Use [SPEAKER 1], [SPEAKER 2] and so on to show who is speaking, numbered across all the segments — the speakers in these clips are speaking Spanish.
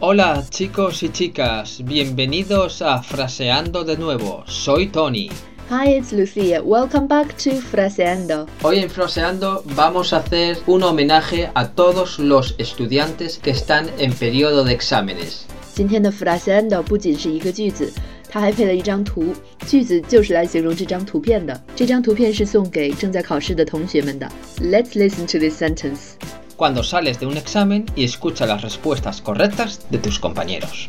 [SPEAKER 1] Hola chicos y chicas, bienvenidos a Fraseando de nuevo. Soy Tony.
[SPEAKER 2] Hi, it's Lucia. Welcome back to Fraseando.
[SPEAKER 1] Hoy en Fraseando vamos a hacer un homenaje a todos los estudiantes que están en periodo de exámenes.
[SPEAKER 2] 今天的 Fraseando 不仅是一个句子，它还配了一张图，句子就是来形容这张图片的。这张图片是送给正在考试的同学们的。Let's listen to this sentence.
[SPEAKER 1] Cuando sales de un examen y escucha las respuestas correctas de tus compañeros.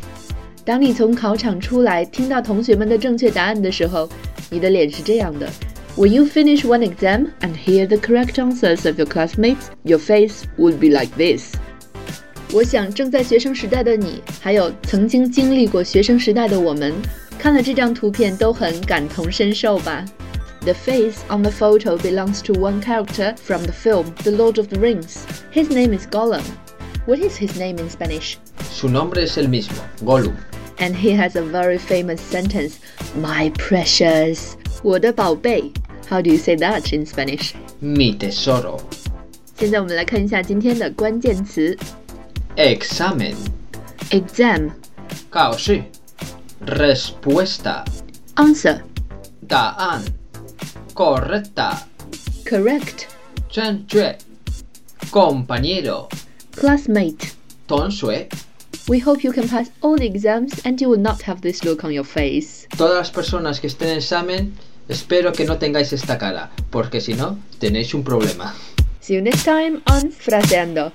[SPEAKER 2] 当你从考场出来，听到同学们的正确答案的时候，你的脸是这样的。When you finish one exam and hear the correct answers of your classmates, your face would be like this. 我想，正在学生时代的你，还有曾经经历过学生时代的我们，看了这张图片都很感同身受吧。The face on the photo belongs to one character from the film The Lord of the Rings. His name is Gollum. What is his name in Spanish?
[SPEAKER 1] Su nombre es el mismo, Gollum.
[SPEAKER 2] and he has a very famous sentence my precious 我的宝贝 how do you say that in spanish
[SPEAKER 1] Mi tesoro.
[SPEAKER 2] 现在我们来看一下今天的关键词
[SPEAKER 1] Examen.
[SPEAKER 2] exam
[SPEAKER 1] Kaoshi. Respuesta.
[SPEAKER 2] answer
[SPEAKER 1] Daan. Correcta.
[SPEAKER 2] correct
[SPEAKER 1] Chen Chue. Compañero.
[SPEAKER 2] classmate
[SPEAKER 1] Ton Sue.
[SPEAKER 2] we hope you can pass all the exams and you will not have this look on your face
[SPEAKER 1] Todas las personas que estén en examen, espero que no tengáis esta cara, porque si no, tenéis un problema.
[SPEAKER 2] see you next time on fraseando